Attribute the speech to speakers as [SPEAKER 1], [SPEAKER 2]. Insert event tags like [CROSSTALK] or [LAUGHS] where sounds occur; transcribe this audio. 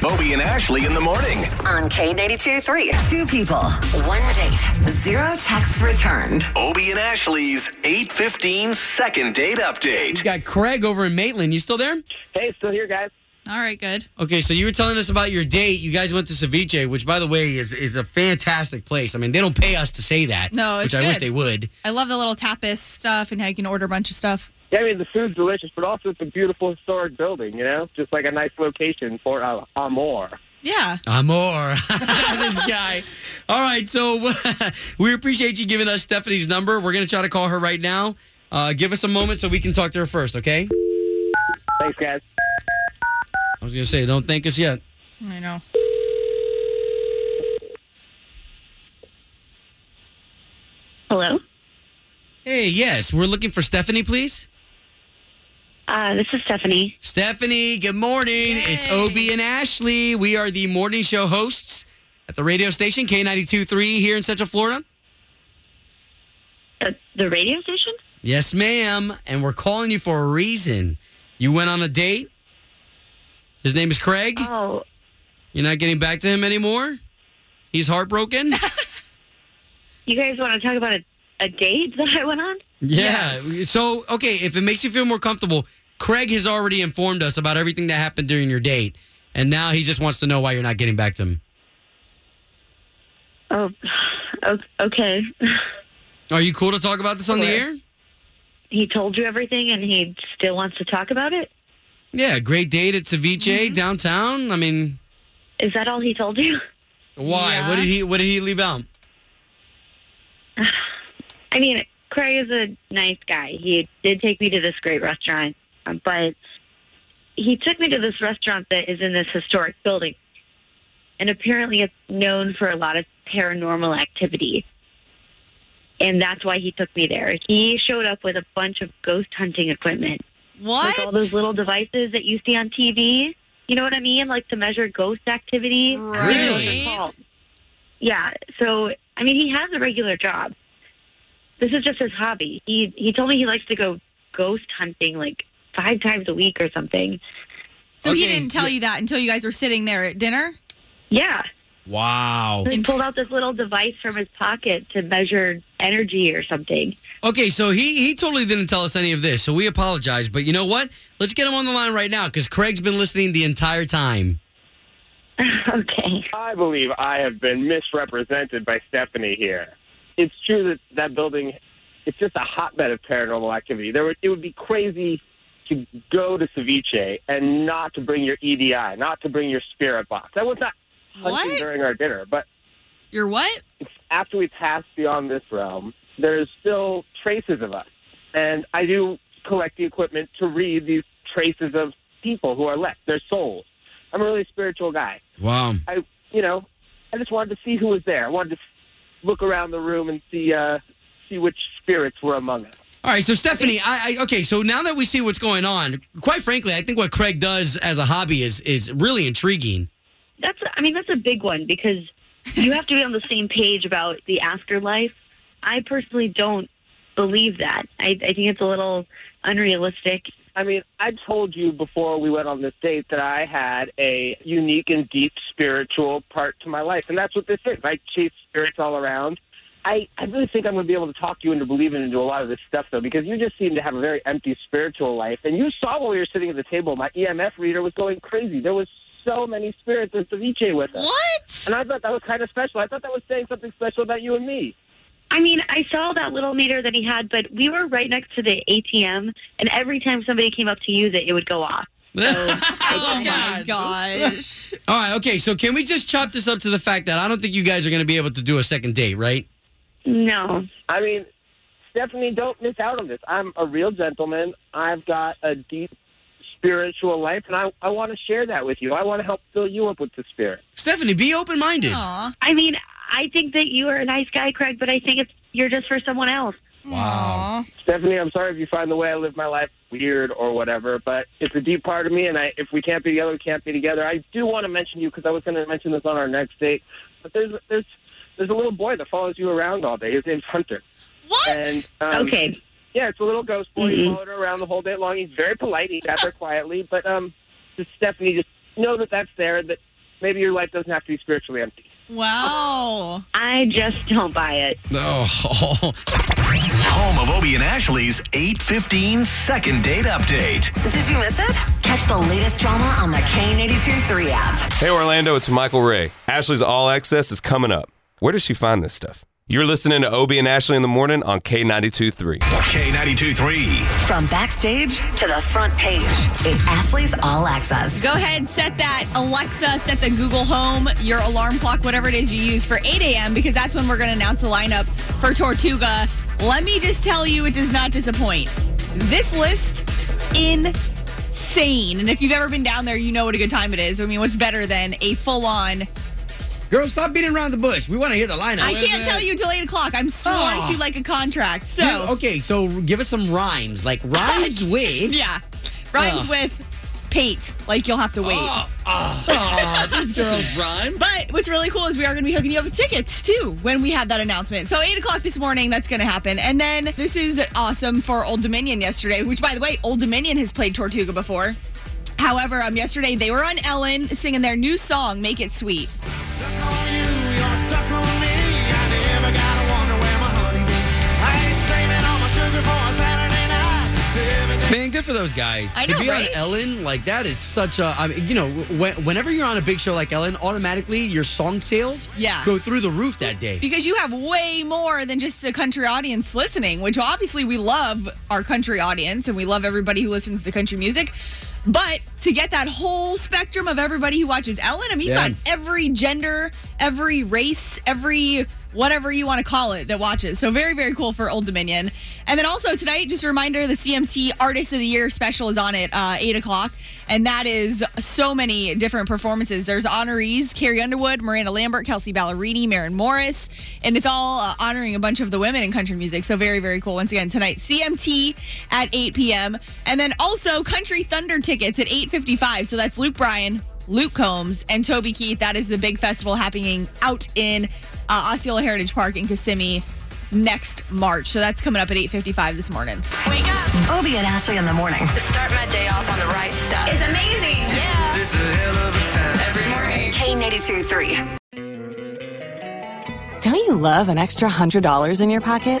[SPEAKER 1] Bobby and Ashley in the morning.
[SPEAKER 2] On K82 3, two people, one date, zero texts returned.
[SPEAKER 1] Obie and Ashley's 815 second date
[SPEAKER 3] We
[SPEAKER 1] update.
[SPEAKER 3] got Craig over in Maitland. You still there?
[SPEAKER 4] Hey, still here, guys.
[SPEAKER 5] All right, good.
[SPEAKER 3] Okay, so you were telling us about your date. You guys went to Ceviche, which, by the way, is is a fantastic place. I mean, they don't pay us to say that.
[SPEAKER 5] No,
[SPEAKER 3] which
[SPEAKER 5] it's
[SPEAKER 3] I wish
[SPEAKER 5] good.
[SPEAKER 3] they would.
[SPEAKER 5] I love the little tapas stuff and how you can order a bunch of stuff.
[SPEAKER 4] Yeah, I mean the food's delicious, but also it's a beautiful historic building. You know, just like a nice location for uh, Amor.
[SPEAKER 5] Yeah.
[SPEAKER 3] Amor, [LAUGHS] this guy. All right, so [LAUGHS] we appreciate you giving us Stephanie's number. We're gonna try to call her right now. Uh, give us a moment so we can talk to her first, okay?
[SPEAKER 4] Thanks, guys.
[SPEAKER 3] I was gonna say, don't thank us yet.
[SPEAKER 5] I know.
[SPEAKER 6] Hello.
[SPEAKER 3] Hey, yes, we're looking for Stephanie, please.
[SPEAKER 6] Uh, this is Stephanie.
[SPEAKER 3] Stephanie, good morning. It's Obie and Ashley. We are the morning show hosts at the radio station K92.3 here in Central Florida.
[SPEAKER 6] The, the radio station?
[SPEAKER 3] Yes, ma'am. And we're calling you for a reason. You went on a date. His name is Craig.
[SPEAKER 6] Oh,
[SPEAKER 3] You're not getting back to him anymore. He's heartbroken.
[SPEAKER 6] you guys want to talk about a, a date that I went on?
[SPEAKER 3] yeah.
[SPEAKER 5] Yes.
[SPEAKER 3] So, okay, if it makes you feel more comfortable, Craig has already informed us about everything that happened during your date. And now he just wants to know why you're not getting back to him.
[SPEAKER 6] Oh, o- okay.
[SPEAKER 3] Are you cool to talk about this on the
[SPEAKER 6] Sure.
[SPEAKER 3] air?
[SPEAKER 6] He told you everything, and he still wants to talk about it.
[SPEAKER 3] Yeah, great date at Ceviche
[SPEAKER 5] Mm-hmm.
[SPEAKER 3] downtown. I mean,
[SPEAKER 6] Is that all he told you?
[SPEAKER 3] why?
[SPEAKER 5] Yeah.
[SPEAKER 3] What did he What did he leave out?
[SPEAKER 6] I mean, Craig is a nice guy. He did take me to this great restaurant, uh, but he took me to this restaurant that is in this historic building, and apparently it's known for a lot of paranormal activity. And that's why he took me there. He showed up with a bunch of ghost hunting equipment,
[SPEAKER 5] What?
[SPEAKER 6] like all those little devices that you see on TV. You know what I mean? Like to measure ghost activity.
[SPEAKER 5] Right.
[SPEAKER 6] I don't know what
[SPEAKER 3] Really?
[SPEAKER 6] they're called. Yeah. So I mean, he has a regular job. This is just his hobby. He he told me he likes to go ghost hunting like five times a week or something.
[SPEAKER 5] so he
[SPEAKER 3] Okay,
[SPEAKER 5] didn't tell
[SPEAKER 3] yeah.
[SPEAKER 5] you that until you guys were sitting there at dinner?
[SPEAKER 6] Yeah.
[SPEAKER 3] Wow.
[SPEAKER 6] So He pulled out this little device from his pocket to measure energy or something. [LAUGHS]
[SPEAKER 3] Okay, so he he totally didn't tell us any of this, so we apologize. But you know what? Let's get him on the line right now because Craig's been listening the entire time.
[SPEAKER 6] okay.
[SPEAKER 4] I believe I have been misrepresented by Stephanie here. It's true that that building, it's just a hotbed of paranormal activity. There would, it would be crazy to go to ceviche and not to bring your EDI, not to bring your spirit box. I was not hunting
[SPEAKER 5] What?
[SPEAKER 4] during our dinner, but
[SPEAKER 5] You're what?
[SPEAKER 4] after we pass beyond this realm, there's still traces of us. And I do collect the equipment to read these traces of people who are left, their souls. I'm a really spiritual guy.
[SPEAKER 3] Wow.
[SPEAKER 4] I, you know, I just wanted to see who was there. I wanted to look around the room and see, uh, see which spirits were among us.
[SPEAKER 3] All right, so Stephanie, I, I okay, so now that we see what's going on, quite frankly, I think what Craig does as a hobby is is really intriguing. [LAUGHS]
[SPEAKER 6] That's I mean that's a big one because you have to be on the same page about the afterlife. I personally don't believe that. I, I think it's a little unrealistic.
[SPEAKER 4] I mean, I told you before we went on this date that I had a unique and deep spiritual part to my life, and that's what this is. I chase spirits all around. I, I really think I'm going to be able to talk you into believing into a lot of this stuff, though, because you just seem to have a very empty spiritual life. And you saw while we were sitting at the table, my EMF reader was going crazy. There was so many spirits in ceviche with us.
[SPEAKER 5] What?
[SPEAKER 4] And I thought that was kind of special. I thought that was saying something special about you and me.
[SPEAKER 6] I mean, I saw that little meter that he had, but we were right next to the ATM, and every time somebody came up to use it, it would go off.
[SPEAKER 5] Oh my gosh.
[SPEAKER 3] [LAUGHS] All right, okay, so can we just chop this up to the fact that I don't think you guys are going to be able to do a second date, right?
[SPEAKER 6] No.
[SPEAKER 4] I mean, Stephanie, don't miss out on this. I'm a real gentleman. I've got a deep spiritual life, and I, I want to share that with you. I want to help fill you up with the Spirit.
[SPEAKER 3] Stephanie, be open minded.
[SPEAKER 5] Aw.
[SPEAKER 6] I mean, I think that you are a nice guy, Craig, but I think it's you're just for someone else.
[SPEAKER 3] Wow.
[SPEAKER 4] Stephanie, I'm sorry if you find the way I live my life weird or whatever, but it's a deep part of me, and I, if we can't be together, we can't be together. I do want to mention you because I was going to mention this on our next date, but there's there's there's a little boy that follows you around all day. His name's Hunter.
[SPEAKER 5] What?
[SPEAKER 4] And um,
[SPEAKER 6] okay.
[SPEAKER 4] Yeah, it's a little ghost boy. He
[SPEAKER 6] Mhm.
[SPEAKER 4] followed her around the whole day long. He's very polite. He sat there quietly. But um, just Stephanie, just know that that's there. That maybe your life doesn't have to be spiritually empty.
[SPEAKER 5] wow.
[SPEAKER 6] I just don't buy it.
[SPEAKER 3] Oh. [LAUGHS]
[SPEAKER 1] Home of Obie and Ashley's 815 second date update.
[SPEAKER 2] Did you miss it? Catch the latest drama on the K82 3 app.
[SPEAKER 7] Hey, Orlando, it's Michael Ray. Ashley's All Access is coming up. Where does she find this stuff? You're listening to Obie and Ashley in the morning on K92 3.
[SPEAKER 1] K92 3.
[SPEAKER 2] From backstage to the front page, it's Ashley's All Access.
[SPEAKER 5] Go ahead, set that Alexa, set the Google Home, your alarm clock, whatever it is you use for 8 a.m. because that's when we're going to announce the lineup for Tortuga. Let me just tell you, it does not disappoint. This list, insane. And if you've ever been down there, you know what a good time it is. I mean, what's better than a full-on?
[SPEAKER 3] Girl, stop beating around the bush. We want to hear the lineup.
[SPEAKER 5] I can't tell you till eight o'clock. I'm sworn
[SPEAKER 3] Oh.
[SPEAKER 5] to like a contract. So
[SPEAKER 3] Dude, okay, so give us some rhymes. Like
[SPEAKER 5] [LAUGHS]
[SPEAKER 3] rhymes [LAUGHS] with.
[SPEAKER 5] yeah, rhymes
[SPEAKER 3] Ugh.
[SPEAKER 5] with Pate. Like you'll have to wait.
[SPEAKER 3] Oh, oh, oh, this girl rhyme.
[SPEAKER 5] But what's really cool is we are going to be hooking you up with tickets too when we have that announcement. So eight o'clock this morning, that's going to happen. And then this is awesome for Old Dominion yesterday, which by the way, Old Dominion has played Tortuga before. However, um, yesterday they were on Ellen singing their new song, "Make It Sweet."
[SPEAKER 3] Man, good for those guys.
[SPEAKER 5] I
[SPEAKER 3] to
[SPEAKER 5] know,
[SPEAKER 3] be
[SPEAKER 5] right?
[SPEAKER 3] on Ellen, like that is such a. I mean, you know, wh- whenever you're on a big show like Ellen, automatically your song sales
[SPEAKER 5] Yeah.
[SPEAKER 3] go through the roof that day.
[SPEAKER 5] Because you have way more than just a country audience listening, which obviously we love our country audience and we love everybody who listens to country music. But to get that whole spectrum of everybody who watches Ellen, I mean,
[SPEAKER 3] Yeah.
[SPEAKER 5] you've got every gender, every race, every whatever you want to call it that watches. So very, very cool for Old Dominion. And then also tonight, just a reminder, the CMT Artist of the Year special is on at uh, 8 o'clock. And that is so many different performances. There's honorees, Carrie Underwood, Miranda Lambert, Kelsey Ballerini, Maren Morris. And it's all uh, honoring a bunch of the women in country music. So very, very cool. Once again, tonight, CMT at 8 p.m. And then also Country Thunder tickets at 8.55. So that's Luke Bryan, Luke Combs, and Toby Keith. That is the big festival happening out in uh, Osceola Heritage Park in Kissimmee next March. So that's coming up at 8.55 this morning.
[SPEAKER 8] Wake up.
[SPEAKER 2] Obie and Ashley in the morning.
[SPEAKER 8] Start my day off on the right stuff. It's amazing. Yeah. It's a hell of a time. Every morning.
[SPEAKER 2] K82 3.
[SPEAKER 9] Don't you love an extra $100 in your pocket?